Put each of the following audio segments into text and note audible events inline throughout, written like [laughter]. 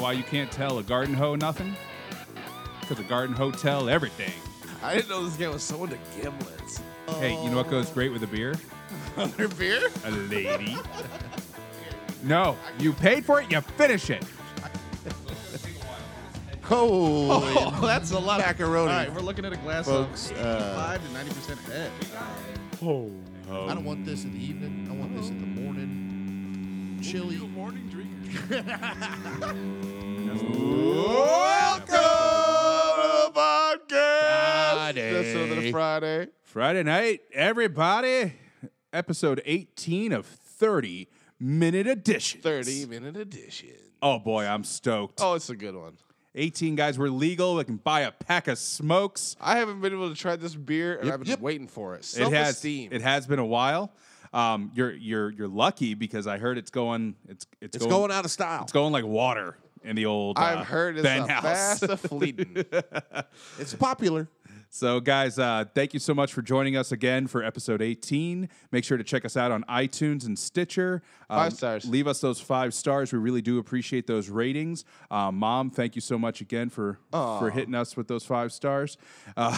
why you can't tell a garden hoe nothing? Because a garden hoe tell everything. I didn't know this guy was so into gimlets. Hey, you know what goes great with [laughs] a beer? Other beer? A lady. No, you paid for it, you finish it. Holy Oh, that's a lot Macaroni. All right, we're looking at a glass Folks, of uh, 85 to 90 percent head. I don't want this in the evening. I want this in the morning. Chili. morning drinker. Welcome to the podcast. That's another Friday. Friday night, everybody. Episode 18 of 30 minute edition. 30 minute edition. Oh boy, I'm stoked. Oh, it's a good one. 18 guys were legal. They can buy a pack of smokes. I haven't been able to try this beer, and I've been yep. waiting for it. It Self has esteem. it has been a while. Um, you're you're you're lucky because I heard it's going it's it's, It's going out of style. it's going like water in the old uh, I've heard it's Ben a house. fast a fleeting. It's popular. [laughs] So, guys, uh, thank you so much for joining us again for episode 18. Make sure to check us out on iTunes and Stitcher. Um, Five stars. Leave us those five stars. We really do appreciate those ratings. Uh, Mom, thank you so much again for for hitting us with those five stars. Uh,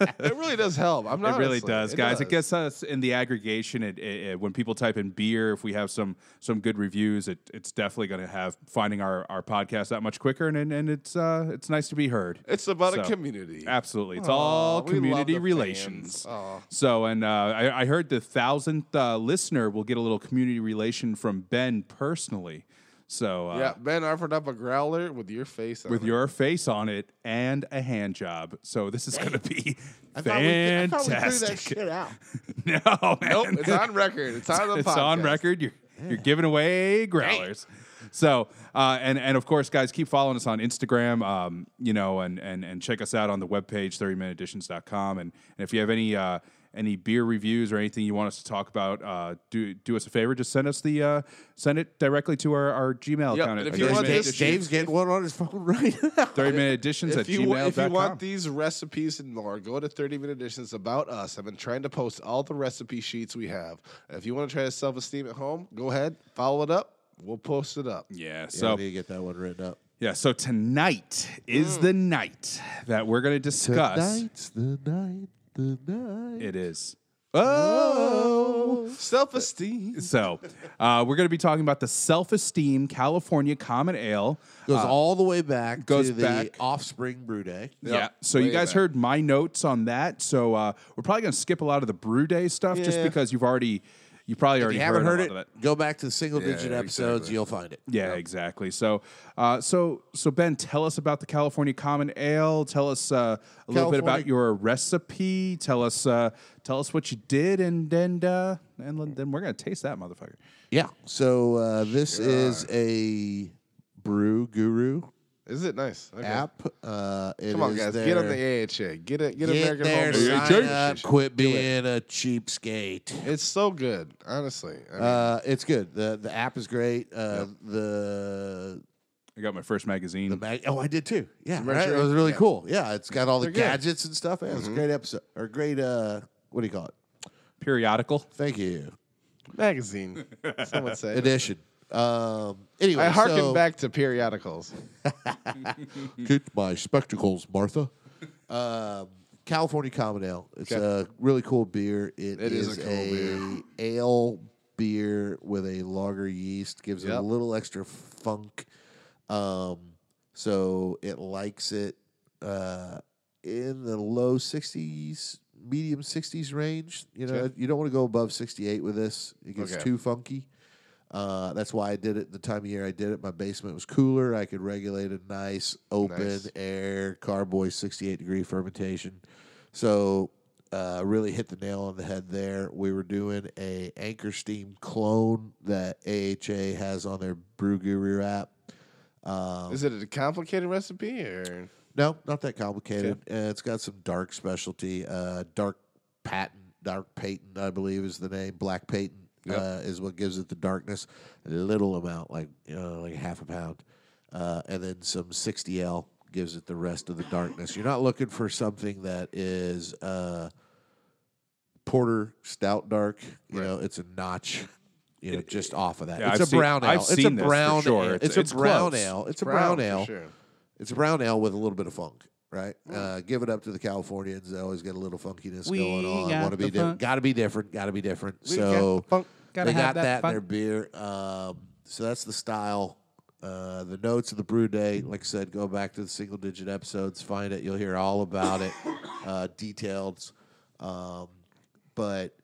it really does help. I'm not. it really does, guys. It gets us in the aggregation. It, it, it- when people type in beer, if we have some some good reviews, it, it's definitely going to have finding our, our podcast that much quicker, and and, and it's uh, it's nice to be heard. It's about a So, uh, community. Absolutely, it's Aw, all we love the community fans. relations. Aw. So, and uh, I, I heard the thousandth uh, listener will get a little community relation from Ben personally. So, uh, Yeah, Ben offered up a growler with your face on with it. your face on it and a hand job. So this is going to be I fantastic. [laughs] thought we, I thought we threw that shit out. no, man. Nope, it's on record. It's on the [laughs] it's on podcast. record. You're you're giving away growlers. So uh, and and of course, guys, keep following us on Instagram. Um, you know, and and and check us out on the webpage 30minuteditions.com. And and if you have any uh, any beer reviews or anything you want us to talk about, uh, do do us a favor. Just send us the uh, send it directly to our, our Gmail Yep, account. and at if you want 30 minute this- editions- James getting one on his phone right now. 30 minute editions at If you, wa- gmail.com. if you want these recipes and more, go to 30 Minute Editions About Us. I've been trying to post all the recipe sheets we have. If you want to try to self esteem at home, go ahead, follow it up. We'll post it up. yeah, So so you get that one written up. yeah, so tonight is Mm. the night that we're going to discuss. the night, the night. It is. Oh, Self esteem. So, uh, we're going to be talking about the Self Esteem California Common Ale. Goes all the way Uh, back goes to the back- Offspring Brew Day. yeah. So you way guys back. heard my notes on that. So uh, we're probably going to skip a lot of the brew day stuff just Yeah. because you've already you probably If already you haven't heard, a it, lot of that. go back to the single digit Yeah, episodes. exactly. You'll find it. Yeah, exactly. So, uh, so so Ben, tell us about the California Common Ale. Tell us uh, a little bit about California- your recipe. Tell us uh, tell us what you did, and and uh, and then we're going to taste that motherfucker. Yeah. So uh, this is a Brew Guru Is it nice? Okay. app. Uh, it Come on, is guys. Their, Get on the AHA. Get it. Get, Get American there, Home Brew AHA. sign Association. up, quit being a cheapskate. It's so good, honestly. I mean, Uh, it's good. the The app is great. Uh, The I got my first magazine. the mag- oh, I did too. Yeah, Mercury? right? it was really cool. Yeah, it's got all the They're good. Mm-hmm. gadgets and stuff. Yeah, It's a great episode or great. Uh, what do you call it? periodical. Thank you. magazine. [laughs] Someone said. Edition. Um. Anyway, I harken so- back to periodicals. Get my spectacles, Martha. [laughs] Um, California Common Ale. It's Okay. a really cool beer. It is a cool beer. ale beer with a lager yeast. Gives it a Yep. little extra funk. Um, so it likes it uh, in the low sixties, medium sixties range. You know, Okay. you don't want to go above sixty eight with this. It gets Okay. too funky. Uh, that's why I did it the time of year I did it. My basement was cooler. I could regulate a nice open Nice. air carboy 68 degree fermentation. So uh, really hit the nail on the head there. We were doing a Anchor Steam clone that AHA has on their Brew Guru app. Um, Is it a complicated recipe or? no, not that complicated. Uh, it's got some dark specialty. Uh, dark patent, dark patent, I believe is the name. Black patent Yep. uh, is what gives it the darkness. A little amount, like you know, like half a pound, uh, and then some 60L gives it the rest of the darkness. You're not looking for something that is uh, porter stout dark. You Right. know, it's a notch you know, just off of that. Yeah, it's I've a seen- brown I've ale. It's a seen this for brown sure. ale. It's- It's a it's brown close. ale. It's a brown for ale. Sure. It's a brown ale with a little bit of funk, right? Uh, give it up to the Californians. They always get a little funkiness Mm. We going on. got Want to be the di- funk. got to be different. Got to be different. We so got funk. Gotta they have got that, that in their beer. Um, so that's the style. Uh, the notes of the brew day, like I said, go back to the single digit episodes, find it. You'll hear all about [coughs] it, uh, detailed. Um, but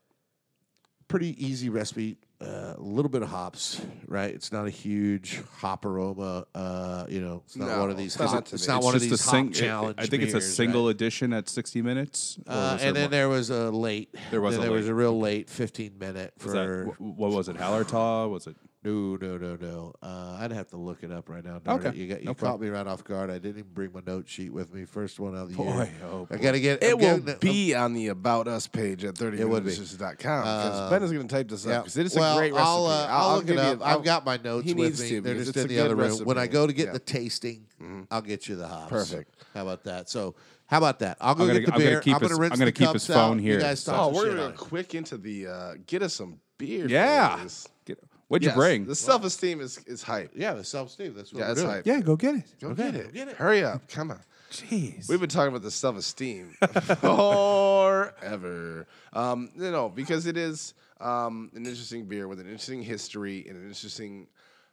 pretty easy recipe. Uh, a little bit of hops, right? It's not a huge hop aroma. Uh, you know, it's not No, one of these. it's not Hop, to me. it's not It's one of these a hop sing- challenge. I think it's a beers, single right? edition at 60 minutes. or Uh, was there and then more? there was a late. There was then a there was late. a real late, fifteen minute Was that- for. wh- what was it? Hallertau? Was it? No, no, no, no. Uh, I'd have to look it up right now. darn Okay. it. you got you No caught problem. me right off guard. I didn't even bring my note sheet with me. First one of the year. Boy, oh I gotta get. It I'm will getting I'm be on the About Us page at 30 um, It would be. because Uh, Ben is going to type this Yeah. up because it is well, a great recipe. I'll, uh, I'll, look give it you- up. I'll- I've got my notes he with needs me. to They're because just it's in the a good other room. When recipe. I go to get Yeah. Mm-hmm. the tasting, I'll get you the hops. Perfect. How about that? So, how about that? I'll go I'm gonna- get the I'm gonna beer. keep I'm gonna his- rinse I'm gonna the keep his cups out. phone You here. guys talk Oh, some we're shit gonna on it. quick into the uh, get us some beer. Yeah. please. Get- What'd you Yes, bring? The self esteem is, is hype. Yeah, the self Steve. That's what Yeah, we're it's doing. hype. Yeah, go get it. Go Okay, get go it. get it. Hurry [laughs] up. Come on. Jeez. We've been talking about the self esteem forever. Um, you know, because it is um, an interesting beer with an interesting history and an interesting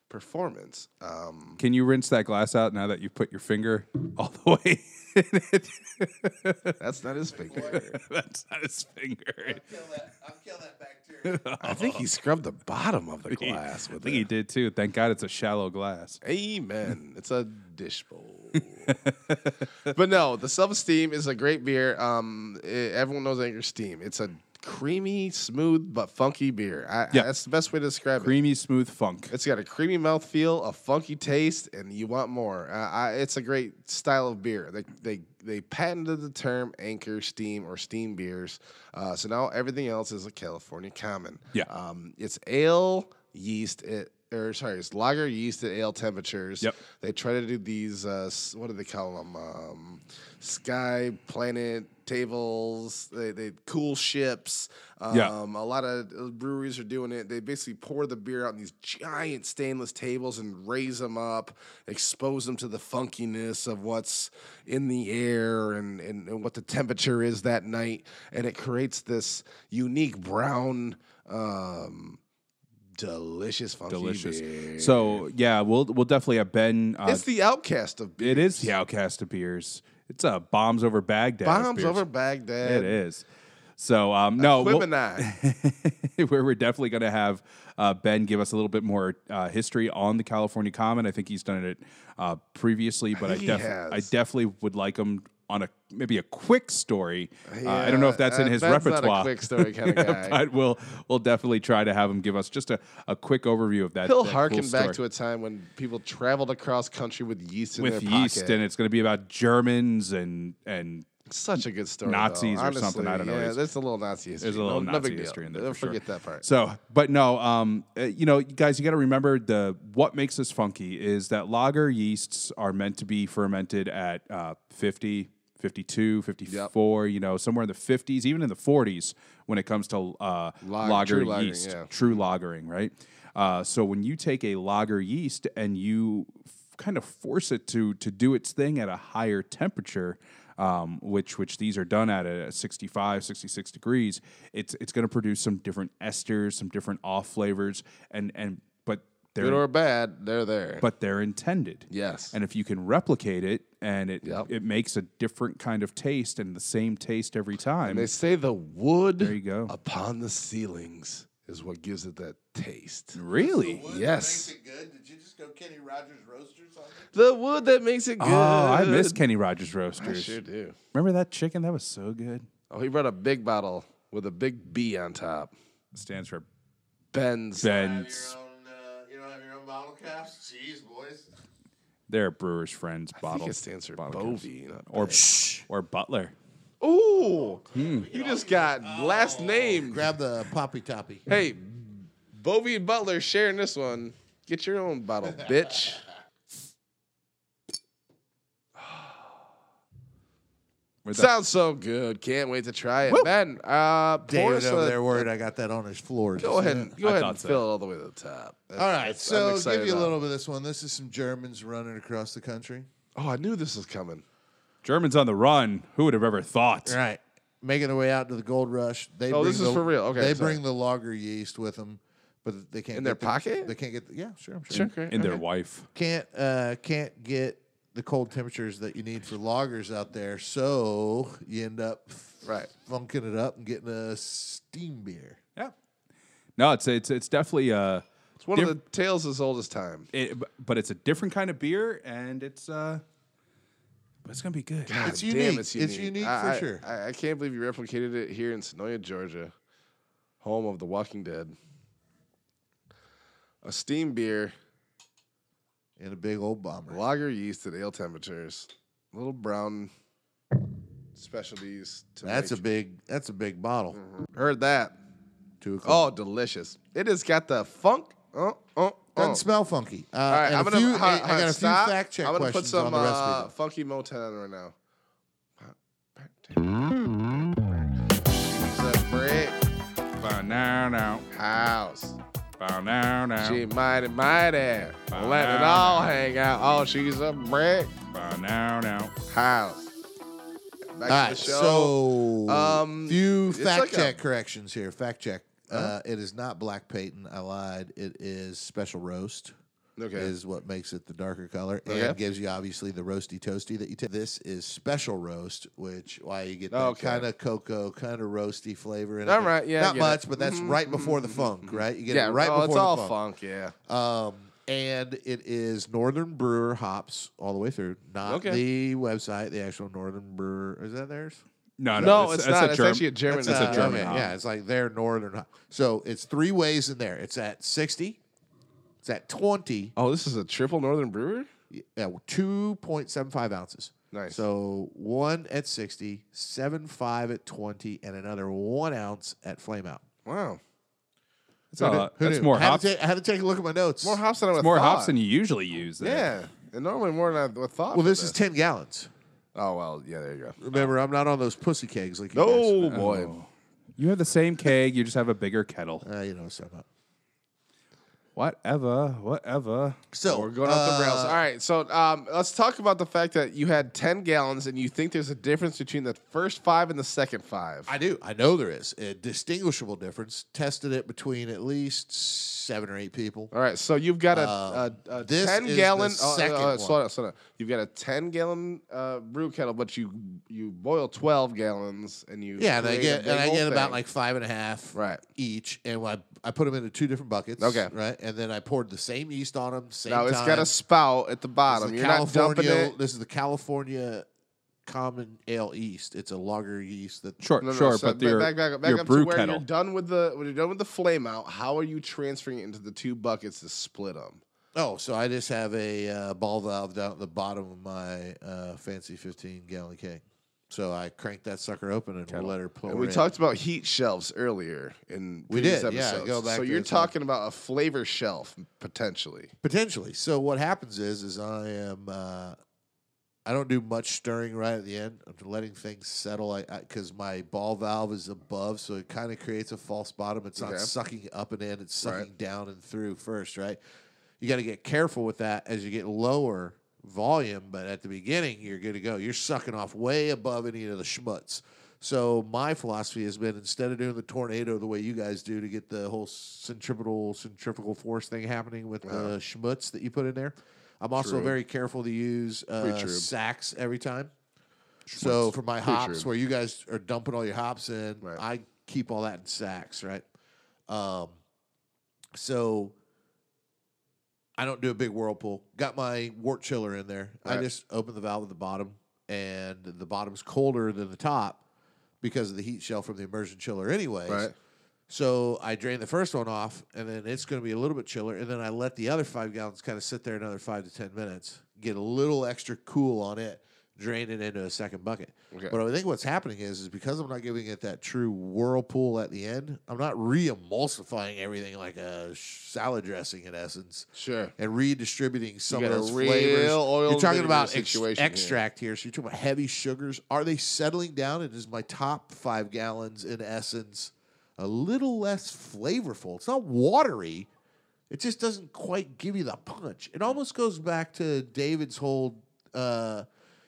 performance. Um, Can you rinse that glass out now that you've put your finger [laughs] all the way in it? that's not his finger. That's not his finger. [laughs] [laughs] I think he scrubbed the bottom of the glass I with think [laughs] he it. did too. Thank God it's a shallow glass. Amen. It's a dish [laughs] bowl. but no, the Self Steam is a great beer. Um, eh, everyone knows Anchor Steam. It's a creamy, smooth, but funky beer. I, Yeah. That's the best way to describe it. Creamy, smooth funk. It's got a creamy mouthfeel, a funky taste, and you want more. Uh, I, it's a great style of beer. They, they they patented the term anchor steam or steam beers, uh, so now everything else is a California common. Yeah. um, it's ale yeast at or sorry, it's lager yeast at ale temperatures. Yep. they try to do these. Uh, s- what do they call them? Um, sky planet tables. They they cool ships. Um, Yeah. um, a lot of breweries are doing it. They basically pour the beer on these giant stainless tables and raise them up, expose them to the funkiness of what's in the air and, and, and what the temperature is that night. And it creates this unique brown, um, delicious, funky Delicious. beer. So yeah, we'll we'll definitely have Ben. Uh, it's the outcast of beer. it is the outcast of beers. It's a bombs over Baghdad. of Bombs beers. over Baghdad. It is. So um, no, we'll- [laughs] Women eye. where we're definitely going to have uh, Ben give us a little bit more uh, history on the California Common. I think he's done it uh, previously, but I, think he def- I has. definitely would like him on a maybe a quick story. Uh, I don't know if Yeah, that's in uh, his Ben's repertoire. Not a quick [laughs] story kind of guy. but we'll we'll definitely try to have him give us just a, a quick overview of that. He'll that cool harken story. back to a time when people traveled across country with yeast in with their yeast, pocket. and it's going to be about Germans and and Such a good story. though. Nazis or something, Honestly, I don't know. Yeah, He's- there's a little Nazi history. There's a little no, no Nazi big deal. history in there. Don't for sure. forget that part. So, but no, um, uh, you know, you guys, you got to remember the what makes this funky is that lager yeasts are meant to be fermented at uh, 50, 52, 54, you know, somewhere in the 50s, even in the 40s when it comes to uh, Lager- lager true lagering, yeast, yeah. true lagering, right? Uh, so when you take a lager yeast and you f- kind of force it to to do its thing at a higher temperature, um, which which these are done at at 65, 66 degrees, it's it's going to produce some different esters, some different off flavors, and and but they're good or bad, they're there. but they're intended. Yes. And if you can replicate it and it Yep. it makes a different kind of taste and the same taste every time. they say the wood you go. upon the ceilings is what gives it that taste. really? Makes Yes. it good. Did you just go Kenny Rogers roasters on it? The wood that makes it good. Oh, I miss Kenny Rogers I roasters. sure do. Remember that chicken? That was so good. Oh, he brought a big bottle with a big B on top. stands for Ben's. Ben's. own, uh, you don't have your own bottle caps? Jeez, boys. They're brewers friends I bottle think it stands for bottle caps. Bovie. not or Hmm. or Butler. Ooh, you just got last name. Grab the poppy toppy. Hey, Bovie and Butler sharing this one. Get your own bottle, [laughs] bitch. Where'd that- Sounds so good. Can't wait to try it. Woo. Ben, uh, pour David us over a- there worried I got that on his floor. Go ahead and, go I ahead thought and so. fill it all the way to the top. Uh, All right, so I'm give excited you a now. little bit of this one. This is some Germans running across the country. Oh, I knew this was coming. Germans on the run. Who would have ever thought? Right. Making their way out to the gold rush. They Oh, bring this is the- for real. Okay, They sorry. bring the lager yeast with them, but they can't In get their the- pocket? They can't get. The, yeah, sure, I'm sure. In their wife. Can't uh, can't get the cold temperatures that you need for loggers out there, so you end up Right. funking it up and getting a steam beer. Yeah. No, it's it's it's definitely uh It's one Diff- of the tales as old as time. it, but it's a different kind of beer and it's uh but it's gonna be good. It's God damn, unique. It's unique for I- I- sure. I, I can't believe you replicated it here in Sonoya, Georgia, home of The Walking Dead. A steam beer, And a big old bomber. lager yeast at ale temperatures, little brown specialties. To That's a make. big. That's a big bottle. heard that. Two o'clock. Mm-hmm. Oh, delicious! It has got the funk. Oh, oh, Doesn't oh. smell funky. Uh, All right, and I'm a gonna. few- hi- I, I hi, got a few stop. fact check I'm gonna questions put some on the recipe. uh, though. funky Motown on right now. She's a brick Bow now now. house. Bow now now. She mighty mighty. Let it all hang out. Oh, she's a brick Bow now now. house. All Back to the right, show. so Um, few it's fact like a- Uh-huh. check corrections here. Fact check. Uh, it is not Black Peyton. I lied. It is Special Roast. okay. Is what makes it the darker color Okay. and gives you obviously the roasty toasty that you take. This is special roast, which why you get that Okay. kind of cocoa, kind of roasty flavor. In All it. right, yeah, I not get it. Mm-hmm, much, but that's right before the funk, right? You get yeah, it right oh, before it's the all funk. funk. Yeah. Um, and it is Northern Brewer hops all the way through, not Okay. the website, the actual Northern Brewer. Is that theirs? No, no, No, it's, that's not. It's Germ- actually a German. That's a uh, German okay, hop. Yeah, it's like their Northern hop. So it's three ways in there. It's at 60, it's at 20, Oh, this is a triple Northern Brewer. yeah, 2.75 ounces. Nice. So one at 60, 7.5 at 20, and another one ounce at Flame Out. Wow. It's, uh, Who it's knew? more I had hops. to ta- I had to take a look at my notes. More hops than I It's would more thought. hops than you usually use. in it. Yeah, and normally more than I would thought. Well, for this is 10 gallons. oh well, yeah, there you go. Remember, I'm not on those pussy kegs like you guys. Oh boy, You have the same keg. You just have a bigger kettle. Uh, you know what's up. Whatever. Whatever. So uh, we're going off the rails. All right, so um, let's talk about the fact that you had ten gallons, and you think there's a difference between the first five and the second five. I do. I know there is a distinguishable difference. Tested it between at least seven or eight people. All right, so you've got a, Um, a, a this ten is gallon. the oh, second oh, oh, one. slow down, slow down. You've got a ten gallon uh, brew kettle, but you you boil twelve gallons, and you Yeah, and I create a get big and I old get about thing. like five and a half Right. each, and I I put them into two different buckets. Okay. right, and then I poured the same yeast on them. Same. now time. it's got a spout at This the is bottom. the You're not California. dumping it. This is the California common ale yeast. It's a lager yeast that Sure, No, no, sure. so but ba- your, back, back, back your up brew to where kettle. you're done with the when you're done with the flame out. How are you transferring it into the two buckets to split them? Oh, so I just have a uh, ball valve down at the bottom of my uh, fancy 15 gallon keg. So I crank that sucker open and we'll let her pour And we in. talked about heat shelves earlier in We previous did, yeah, episodes. go back so to you're this one. talking about a flavor shelf potentially. potentially. So what happens is, is I am uh, I don't do much stirring right at the end. I'm letting things settle. I because my ball valve is above, so it kind of creates a false bottom. It's Okay. not sucking up and in. It's Right. sucking down and through first, right? You got to get careful with that as you get lower volume, but at the beginning you're good to go. You're sucking off way above any of the schmutz. So my philosophy has been instead of doing the tornado the way you guys do to get the whole centripetal centrifugal force thing happening with the schmutz that you put in there, I'm also very careful to use uh, true. sacks every time. So for my hops, true. where you guys are dumping all your hops in, Right. I keep all that in sacks, right? Um, so I don't do a big whirlpool. Got my wort chiller in there. I Right. just open the valve at the bottom, and the bottom's colder than the top because of the heat shell from the immersion chiller, anyways. Right. So I drain the first one off, and then it's going to be a little bit chiller. And then I let the other five gallons kind of sit there another five to ten minutes, get a little extra cool on it. drain it into a second bucket. Okay. But I think what's happening is, is because I'm not giving it that true whirlpool at the end, I'm not re-emulsifying everything like a sh- salad dressing in essence Sure. and redistributing some of got a those real flavors. oil You're and talking vinegar about ex- situation here. extract here. So you're talking about heavy sugars. Are they settling down? It is my top five gallons in essence a little less flavorful. It's not watery. It just doesn't quite give you the punch. It almost goes back to David's whole uh,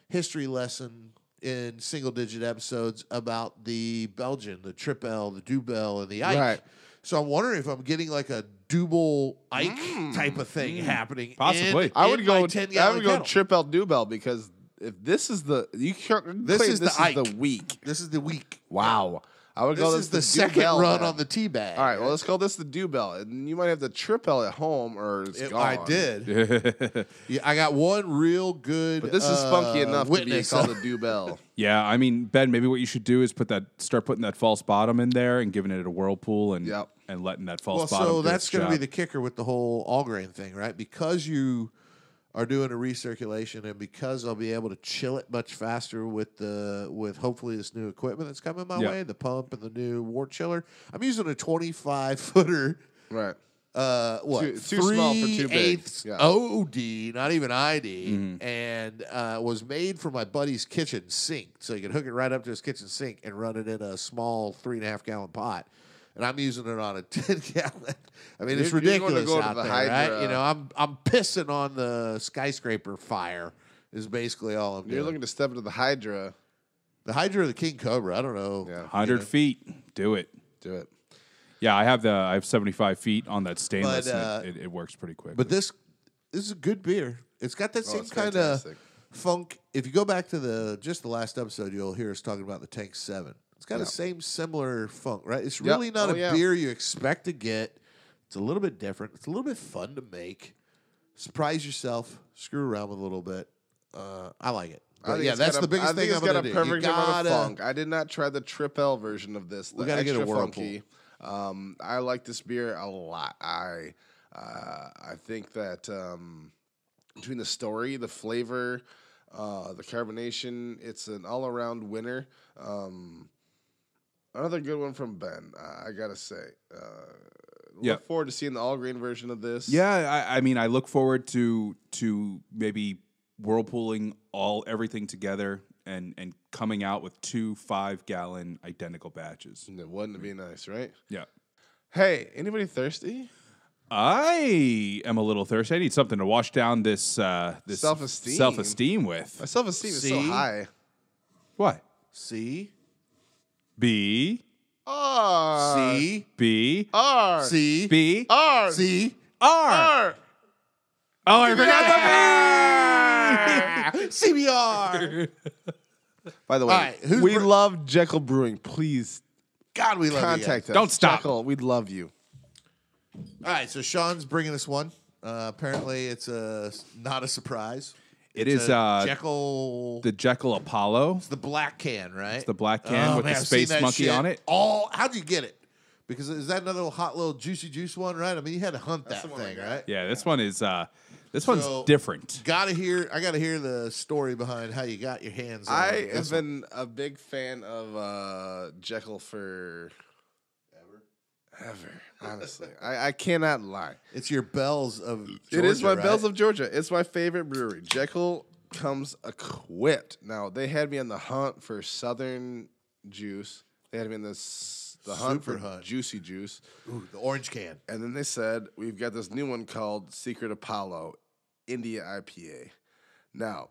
history lesson in single digit episodes about the Belgian, the Tripel, the Dubel, and the Ike. Right. So I'm wondering if I'm getting like a Dubel Ike Mm. type of thing happening. in- Possibly. in I I would my go. 10 I gallon would go kettle. Trip El Dubel because if this is the you can't This claim is the this Ike. is the week. This is the week. Wow. I would This go. is the, second Dubel run then. on the tea bag. All right, [laughs] well, let's call this the Dubel, and you might have the Tripel at home, or it's It- gone. I did. [laughs] yeah. Yeah, I got one real good. But this is funky uh, enough witness to be [laughs] [laughs] called a Dubel. I mean, Ben, maybe what you should do is put that start putting that false bottom in there and giving it a whirlpool and Yep. and letting that false Well, bottom. so do that's its going to be job. the kicker with the whole all grain thing, right? Because you are doing a recirculation, and because I'll be able to chill it much faster with the with hopefully this new equipment that's coming my Yeah. way, the pump and the new wart chiller. I'm using a 25 footer. right. Uh, what Too- too small for too big. eighths Yeah. Mm-hmm. OD, not even ID, and uh, was made for my buddy's kitchen sink, so you can hook it right up to his kitchen sink and run it in a small three and a half gallon pot. And I'm using it on a [laughs] ten gallon. I mean, it's You're- you're gonna ridiculous go to out the there, Hydra. right? You know, I'm I'm pissing on the skyscraper fire. Is basically all I'm You're doing. looking to step into the Hydra. the Hydra or the King Cobra. I don't know. Yeah. hundred feet. Do it. Do it. Yeah, I have the I have seventy five feet on that stainless. But, and uh, it, it, it works pretty quick. But this this is a good beer. It's got that same Oh, it's kind of fantastic. funk. If you go back to the just the last episode, you'll hear us talking about the Tank Seven. It's got the same similar funk, right? It's Yep. really not Oh, a yeah. beer you expect to get. It's a little bit different. It's a little bit fun to make. Surprise yourself. Screw around with it a little bit. Uh, I like it. I But think yeah, it's that's got the a- biggest I think thing it's I'm got gonna a do. You perfect amount gotta- of funk. I did not try the Trip L version of this. We gotta get a whirlpool. funky. Um, I like this beer a lot. I uh, I think that um, between the story, the flavor, uh, the carbonation, it's an all around winner. Um, another good one from Ben. I, I gotta say. Uh, Yeah. Look forward to seeing the all green version of this. Yeah, I, I mean, I look forward to to maybe whirlpooling all everything together and and coming out with two five gallon identical batches. Wouldn't it be nice, right? Yeah, Hey, anybody thirsty? I am a little thirsty. I need something to wash down this uh, this Self-esteem. self esteem My with. self esteem is so See? high. What? See, B R see, B R see, B R see. R. Oh, R. Oh, I forgot the B. CBR. By the way, All right, who's we br- love Jekyll Brewing. Please God, we love you guys. contact us. Don't stop. Jekyll, we love you. All right, so Sean's bringing us one. Uh, apparently, it's a not a surprise. It It's is, a uh, Jekyll. The Jekyll Apollo, the black can, right? Oh, the black can with the I've seen space that monkey shit on it. All how'd you get it? Because is that another little hot little juicy juice one, right? I mean, you had to hunt the that one I thing, got. right? Yeah, this one is uh, this one's So- different. Gotta hear. I gotta hear the story behind how you got your hands. on I this have one. been a big fan of uh, Jekyll for ever. Ever. [laughs] Honestly. I, I cannot lie. It's your bells of. Georgia, it is my right? Bells of Georgia. It's my favorite brewery. Jekyll comes equipped. Now they had me on the hunt for Southern juice. They had me in this the hunt Super for hunt. juicy juice, Ooh, the orange can. and then they said we've got this new one called Secret Apollo India IPA. Now.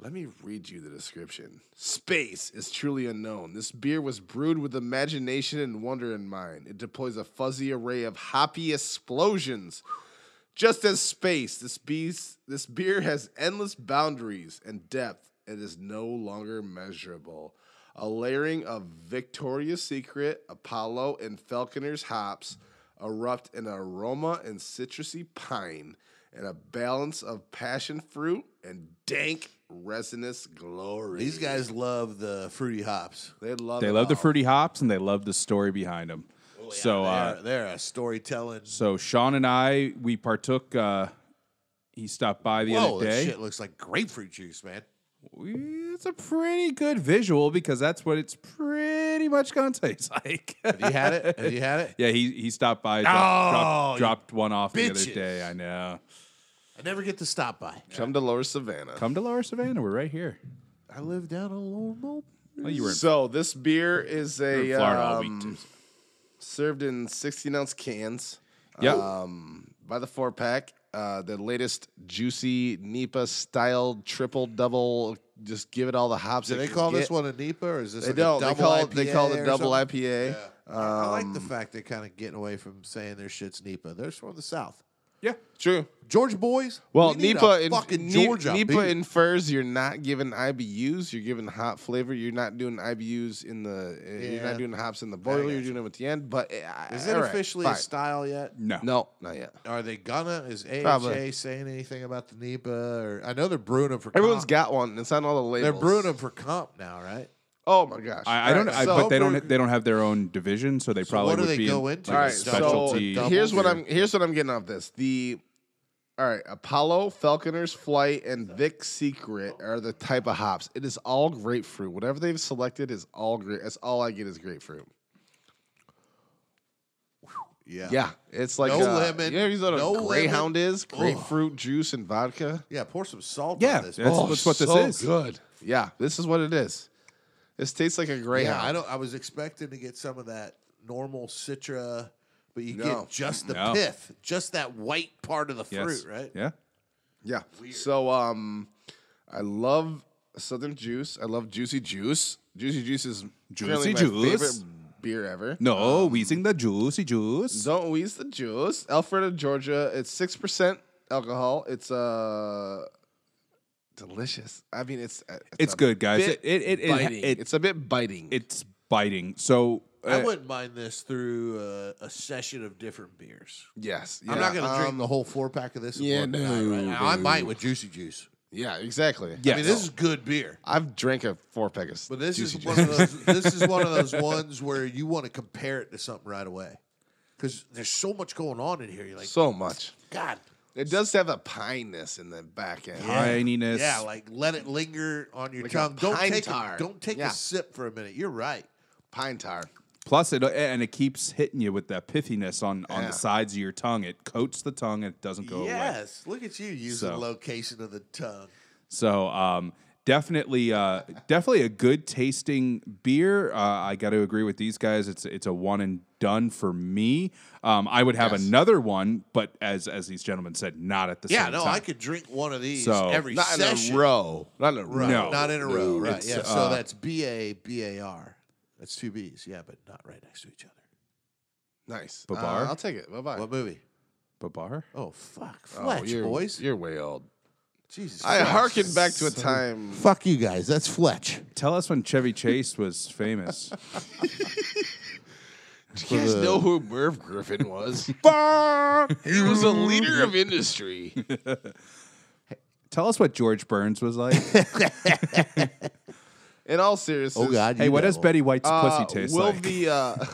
Let me read you the description. Space is truly unknown. This beer was brewed with imagination and wonder in mind. It deploys a fuzzy array of hoppy explosions just as space, this beast, this beer has endless boundaries and depth. It is no longer measurable. A layering of Victoria's Secret, Apollo, and Falconer's hops erupt in aroma and citrusy pine, and a balance of passion fruit and dank resinous glory. These guys love the fruity hops. they love They it love the all. fruity hops and they love the story behind them. so, uh, They're, they're a storytelling. so Sean and I, we partook. Uh, he stopped by the Whoa, other that day. shit looks like grapefruit juice, man. It's a pretty good visual because that's what it's pretty much gonna taste [laughs] like. Have you had [laughs] it? Have you had it? yeah, he he stopped by, Oh, dropped, you dropped, dropped one off the bitches. other day. I know. I never get to stop by. Come to Lower Savannah. Come to Lower Savannah. We're right here. I live down on Lower Mobile. Well, you were in, So this beer is you were in a Florida all um, week too. so- served in 16 ounce cans. Yep. Um, by the four pack, uh, the latest juicy Nipa style triple double. Just give it all the hops. Do it they can call this get. one a NEPA or is this They like don't. a They double call it. They IPA call it or double something? Um, IPA. Yeah. I- I like the fact they're kind of getting away from saying their shit's NEPA. They're just from the South. yeah. True. Georgia boys. Well, we need NEPA a in, fucking Ne- Georgia. NEPA beer. infers you're not giving IBUs. You're giving hot flavor. You're not doing IBUs in the. eh, You're Yeah. not doing hops in the boiler. You're doing them at the end. But uh, is it all right, officially a fine. style yet? No. No, not yet. Are they gonna? Is AHA Probably. saying anything about the NEPA? Or I know they're brewing them for. Everyone's comp. got one. It's on all the They're labels. brewing them for comp now, right? Oh my gosh! I, I All don't. right, I, so- but they don't. They don't have their own division, so they probably what do would they be go in, into? Like All right, Alright, specialty. so double here's what beer. I'm here's what I'm getting off this. The all right, Apollo, Falconer's Flight, and Vic Secret are the type of hops. It is all grapefruit. Whatever they've selected is all grape. That's all I get is grapefruit. Yeah. Yeah, it's like No uh, lemon, You ever know what no a Greyhound is? Ugh. Grapefruit juice and vodka. Yeah. Pour some salt. Yeah, On this. that's- Oh, that's what this so is. Good. Yeah, this is what it is. This tastes like a yeah. Greyhound. I don't. I was expecting to get some of that normal Citra, but you No. get just the No. pith, just that white part of the fruit, Yes. right? Yeah. Yeah. So um, I love Southern Juice. I love Juicy Juice. Juicy Juice is Juicy apparently my Juice. favorite beer ever. No, wheezing the juicy juice. Don't wheeze the juice. Alpharetta, Georgia. It's six percent alcohol. It's uh delicious. I mean, it's uh, it's, It's a good, guys. bit It- it- it- biting. it- it's a bit biting. It's biting. So I uh, wouldn't mind this through uh, a, a session of different beers. yes. I'm not yeah, going to drink um, the whole four pack of this. in yeah, one night no, right now. I dude. might with Juicy Juice. Yeah, exactly. Yes. I mean, this is good beer, I've drank a four pack of. but this Juicy is Juice. one of those. this is one of those ones where you want to compare it to something right away because there's so much going on in here. You're like, so much. God, It does have a pineness in the back end. pininess. yeah, like let it linger on your Like a tongue. Don't pine take a, tar. don't take Yeah. a sip for a minute. You're right. Pine tar. Plus, it and it keeps hitting you with that pithiness on on Yeah. the sides of your tongue. It coats the tongue and it doesn't go away. yes, look at you using So. location of the tongue. So um, definitely, uh, definitely a good tasting beer. Uh, I got to agree with these guys. It's it's a one and done for me. Um, I would have Yes. another one, but as as these gentlemen said, not at the Yeah, same no, time. I could drink one of these So- every Not session. in a row. Not in a row. Right. No. not in a row. Right. It's, Yeah. so uh, that's B A B A R. That's two B's. Yeah, but not right next to each other. Nice. Babar? Uh, I'll take it. Bye bye. What movie? Babar. Oh fuck, Fletch you're, boys. You're way old. Jesus. I Christ. hearken back to a time. Fuck you guys. That's Fletch. Tell us when Chevy Chase [laughs] was famous. Do you guys know who Merv Griffin was? [laughs] he was a leader of industry. Tell us what George Burns [laughs] was like. In all Oh, seriousness, hey, what does Betty White's uh, pussy taste will like? the uh, [laughs]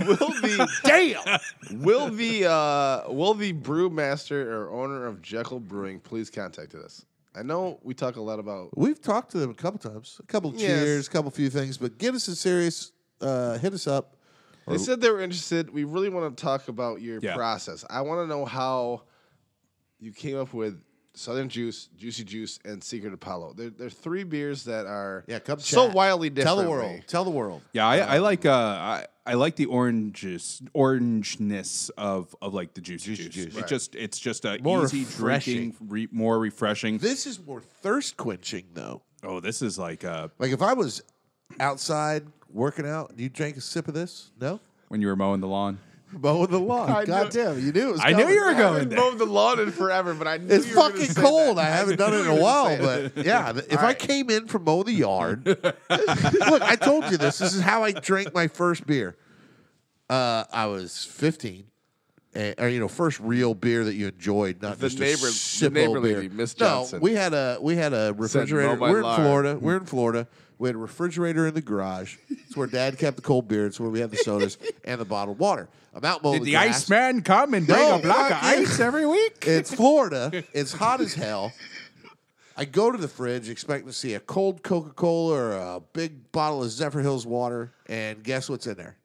will the damn will the uh, will the brewmaster or owner of Jekyll Brewing please contact us? I know we talk a lot about We've talked to them a couple times, a couple Yes. cheers, a couple few things, but get us a serious. Uh, hit us up. They said they were interested. We really want to talk about your Yeah. process. I want to know how you came up with Southern Juice, Juicy Juice, and Secret Apollo. They're, they're three beers that are Yeah, come so chat. wildly different. Tell the world. Tell the world. Yeah, I, I like uh, I, I like the oranges orangeness of of like the juicy, juice. juice. It just it's just a More easy drinking, re, more refreshing. This is more thirst quenching though. oh, this is like uh, Like if I was outside working out, you drank a sip of this? No. when you were mowing the lawn. Mowing the lawn. [laughs] I God knew- damn, you knew it was I knew coming. you were I going haven't there. mowed the lawn in forever, but I knew It's you were gonna fucking say cold. that. I haven't knew done it in you a were gonna while, say that. but yeah. th- If I right. came in from mowing the yard, [laughs] look, I told you this. This is how I drank my first beer. Uh, I was 15, and, or you know, first real beer that you enjoyed, not The just neighbor- a the sip neighbor old lady, beer. Miss Johnson. No, we had a we had a refrigerator. my We're in liar. Florida. We're in Florida. We had a refrigerator in the garage. It's where Dad kept the cold beer. It's where we had the sodas and the bottled water. I'm out mowing Did the grass. Iceman come and bring No, a block of [laughs] fuck you. ice every week? It's Florida. It's hot as hell. I go to the fridge expecting to see a cold Coca Cola or a big bottle of Zephyr Hills water, and guess what's in there?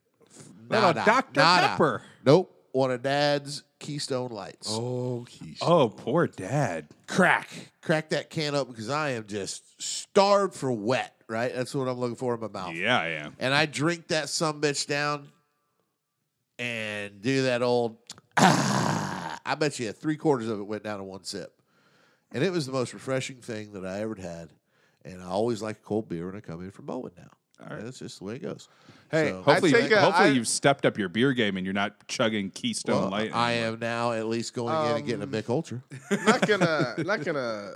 Little Dr. Pepper. Nope. One of Dad's Keystone Lights. Oh, he's Oh, poor dad. Crack, crack that can up because I am just starved for wet. Right, that's what I'm looking for in my mouth. Yeah, I am. And I drink that some bitch down, and do that old. Ah, I bet you three quarters of it went down in one sip, and it was the most refreshing thing that I ever had. And I always like a cold beer when I come in from Bowen now. That's just the way it goes. Hey, So- I Hopefully, think, uh, hopefully I- you've stepped up your beer game and you're not chugging Keystone Well, Light. I am now at least going in and getting a Mick Ultra. not gonna not gonna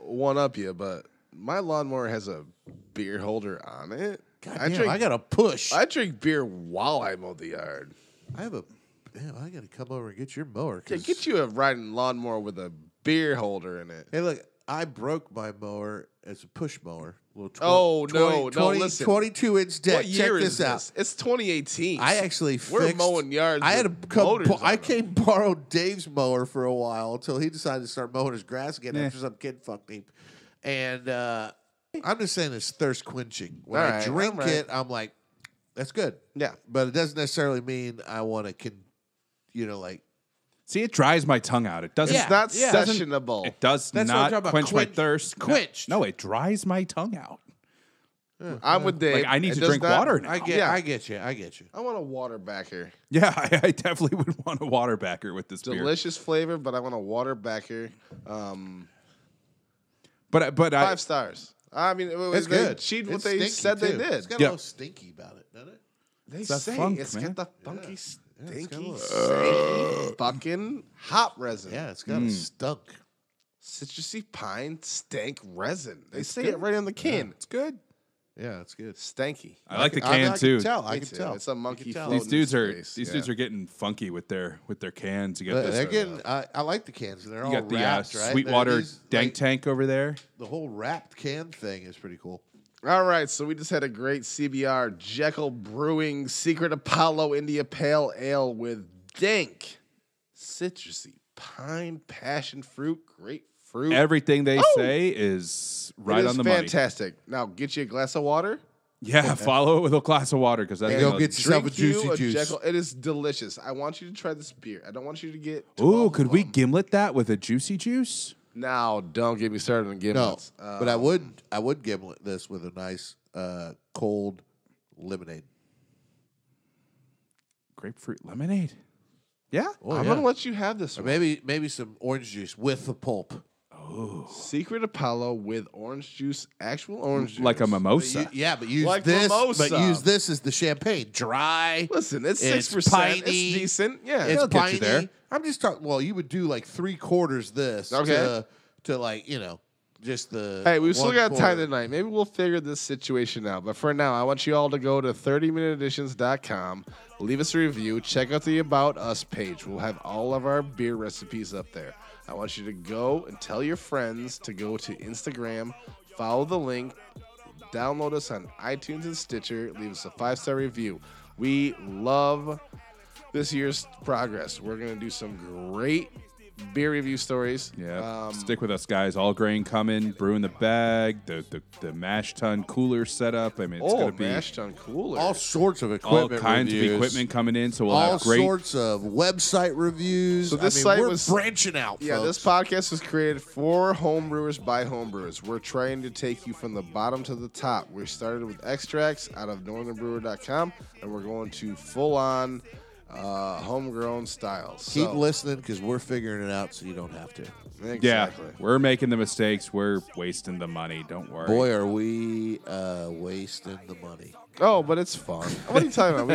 one up you, but my lawnmower has a beer holder on it. God I damn, drink I got to push. I, I drink beer while I mow the yard. have a. Damn, I got to come over and get your mower. Yeah, 'cause- get you a riding lawnmower with a beer holder in it. Hey, look, I broke my mower. It's a push mower. Little tw- Oh, no, no, 20 listen. 22 inch deck. what year Check is this out. this? It's 2018. I actually We're fixed, mowing yards I had to with come. motors bo- I on 'em. came [laughs] borrow Dave's mower for a while until he decided to start mowing his grass again after some kid fucked him. And uh, I'm just saying it's thirst quenching. When All I right, drink all right. it, I'm like, that's good. Yeah. but it doesn't necessarily mean I want to con- you know, like See, it dries my tongue out. It doesn't. Yeah. it's not yeah. Doesn't- sessionable. It does That's what I'm not talking about, quench my quench- thirst. No- quenched. No, it dries my tongue out. I'm with Like, Dave. I need It to does drink not- water now. I get, Yeah. I get you, I get you. I want a water backer. Yeah, [laughs] I, I definitely would want a water backer with this beer. Delicious flavor, but I want a water backer. Um, But I- but I, five stars. I mean, it, It's they good. Cheat what It's they stinky, said they too. did. It's got Yeah. a little stinky about it, doesn't it? They It's that say funk, it's man. got the funky, Yeah, it's got a stinky, little- stinky fucking hop resin. Yeah, it's Mm. got a stunk. Citrusy pine stank resin. They say good. it right on the can. It's good. Yeah, it's good. Stanky. I like the I mean, can I too. Can tell. I Me can too. tell. It's a monkey can tell. float. These dudes are Space, these yeah. dudes are getting funky with their with their cans. You got But this. uh, they're getting. I, I like the cans. They're you all got the uh, wrapped, right? Sweetwater They're these, Dank like, Tank over there. the whole wrapped can thing is pretty cool. All right, so we just had a great CBR Jekyll Brewing Secret Apollo India Pale Ale with dank, citrusy pine, passion fruit, grapefruit. Everything they say is right It is on the money. fantastic. Now get you a glass of water. Yeah, [laughs] follow it with a glass of water because that's Go gonna- get yourself a Drink you juicy juice. Jekyll- It is delicious. I want you to try this beer. I don't want you to get. Ooh, 12 could of we them. gimlet that with a juicy juice? Now, don't get me started on No, gimlets. Uh, but I would. I would gimlet this with a nice uh, cold lemonade. Grapefruit lemonade. Yeah. I'm yeah. gonna let you have this Or one. maybe maybe some orange juice with the pulp. Secret Apollo with orange juice, actual orange juice, Like a But you- mimosa. yeah, but use Like this. mimosa. But use this as the champagne. Dry. Listen, it's It's six percent. It's piney. decent. Yeah, it's it'll get piney. you there. I'm just talking. Well, you would do like three quarters this. Okay. To, to like you know just the. Hey, we've still one got time quarter. tonight. Maybe we'll figure this situation out. But for now, I want you all to go to 30minuteeditions.com, leave us a review, check out the About Us page. We'll have all of our beer recipes up there. I want you to go and tell your friends to go to Instagram, follow the link, download us on iTunes and Stitcher, leave us a five star review. We love this year's progress. We're going to do some great beer review stories. Yeah. Um, Stick with us, guys. All grain coming, brew in the bag, the the, the mash tun cooler setup. I mean, it's Oh, going to be mashed on cooler. all sorts of all equipment. kinds reviews. of equipment coming in. So we'll all have great. sorts of website reviews. So this I mean, site we're was- branching out. Yeah, folks. this podcast was created for homebrewers by homebrewers. We're trying to take you from the bottom to the top. We started with extracts out of northernbrewer.com, and we're going to full on uh, homegrown styles. Keep So- listening because we're figuring it out, so you don't have to. Yeah, Exactly. we're making the mistakes. We're wasting the money. Don't worry. Boy, are we uh, wasting the money. Oh, but it's fun. what are you talking about? We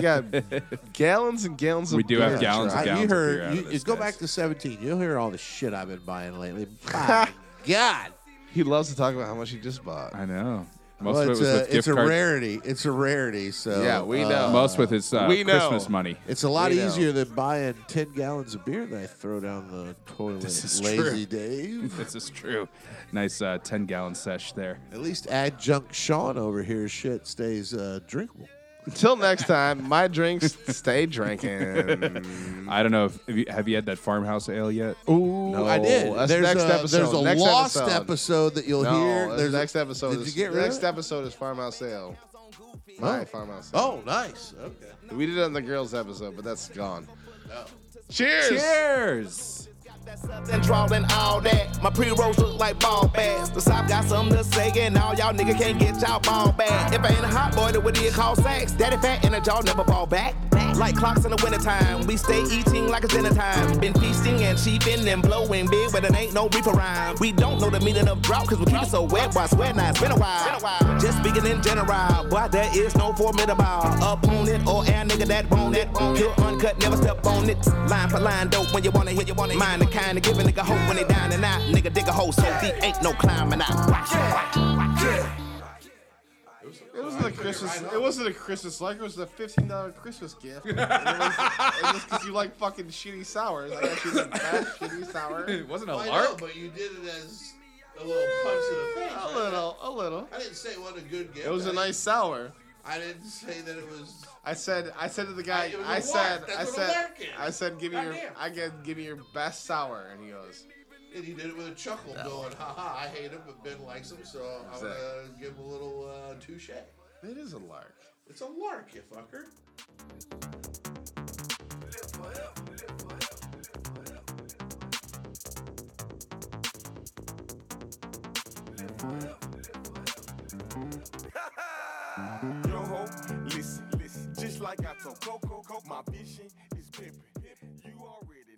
[laughs] got gallons and gallons of We do have beer. gallons of I- gallons you of heard? beer out you, of this go place. back to seventeen. You'll hear all the shit I've been buying [laughs] lately. My God, He loves to talk about how much he just bought. I know. Most well, of it it's was a with uh, it's gift a cards. rarity. It's a rarity. So Yeah, we uh, know. Most with his uh, We know. Christmas money. It's a lot We know. easier than buying ten gallons of beer that I throw down the toilet. This is Lazy Dave. This is true. Nice uh, ten gallon sesh there. At least adjunct Sean over here shit stays uh, drinkable. Until next time, my drinks stay drinking. I don't know if have you, have you had that farmhouse ale yet. Mm-hmm. Ooh, I did. that's there's next a, episode, There's a next lost episode. episode. that you'll No, hear. There's the next episode. Did is, you get the rid next of it? episode is farmhouse sale. My farmhouse sale. Oh, nice. Okay. We did it on the girls episode, but that's gone. Cheers. Cheers. and drawing all that. My pre-rolls look like ball bags. The I've got something to say, and all y'all niggas can't get y'all ball back. If I ain't a hot boy, then what do you call sex? Daddy fat and a jaw never ball back. Like clocks in the wintertime, we stay eating like it's dinner time. Been feasting and cheaping and blowing big, but it ain't no reefer rhyme. We don't know the meaning of drought, cause we keep it so wet, boy, I swear now, it's been a while. Just speaking in general, boy, there is no formidable opponent or air nigga that won't it. Pure uncut, never step on it. Line for line, dope when you wanna hit, you wanna mind the kind of give a nigga hope when they down and out. Nigga dig a hole so deep, ain't no climbing out. It wasn't a Christmas. It wasn't a Christmas like it was a fifteen dollar Christmas gift. and it was and just because you like fucking shitty sours. I got you the best shitty sour. It wasn't a I know, lark. but you did it as a little punch to the face. A little, a little. I didn't say what a good gift. It was I a nice sour. I didn't say that it was. I said, I said to the I- guy, it was a I lark. said, That's I what a said, lark is. I said, give me your, Goddamn. I get, give me your best sour, and he goes, And you did it with a chuckle, going, "Ha ha! I hate him, but Ben likes him, so I'm gonna give him a little uh, touche." it is a lark. It's a lark, you fucker. Yo ho, listen, listen. Just like I told Coco, Coco, my vision is pimping. You already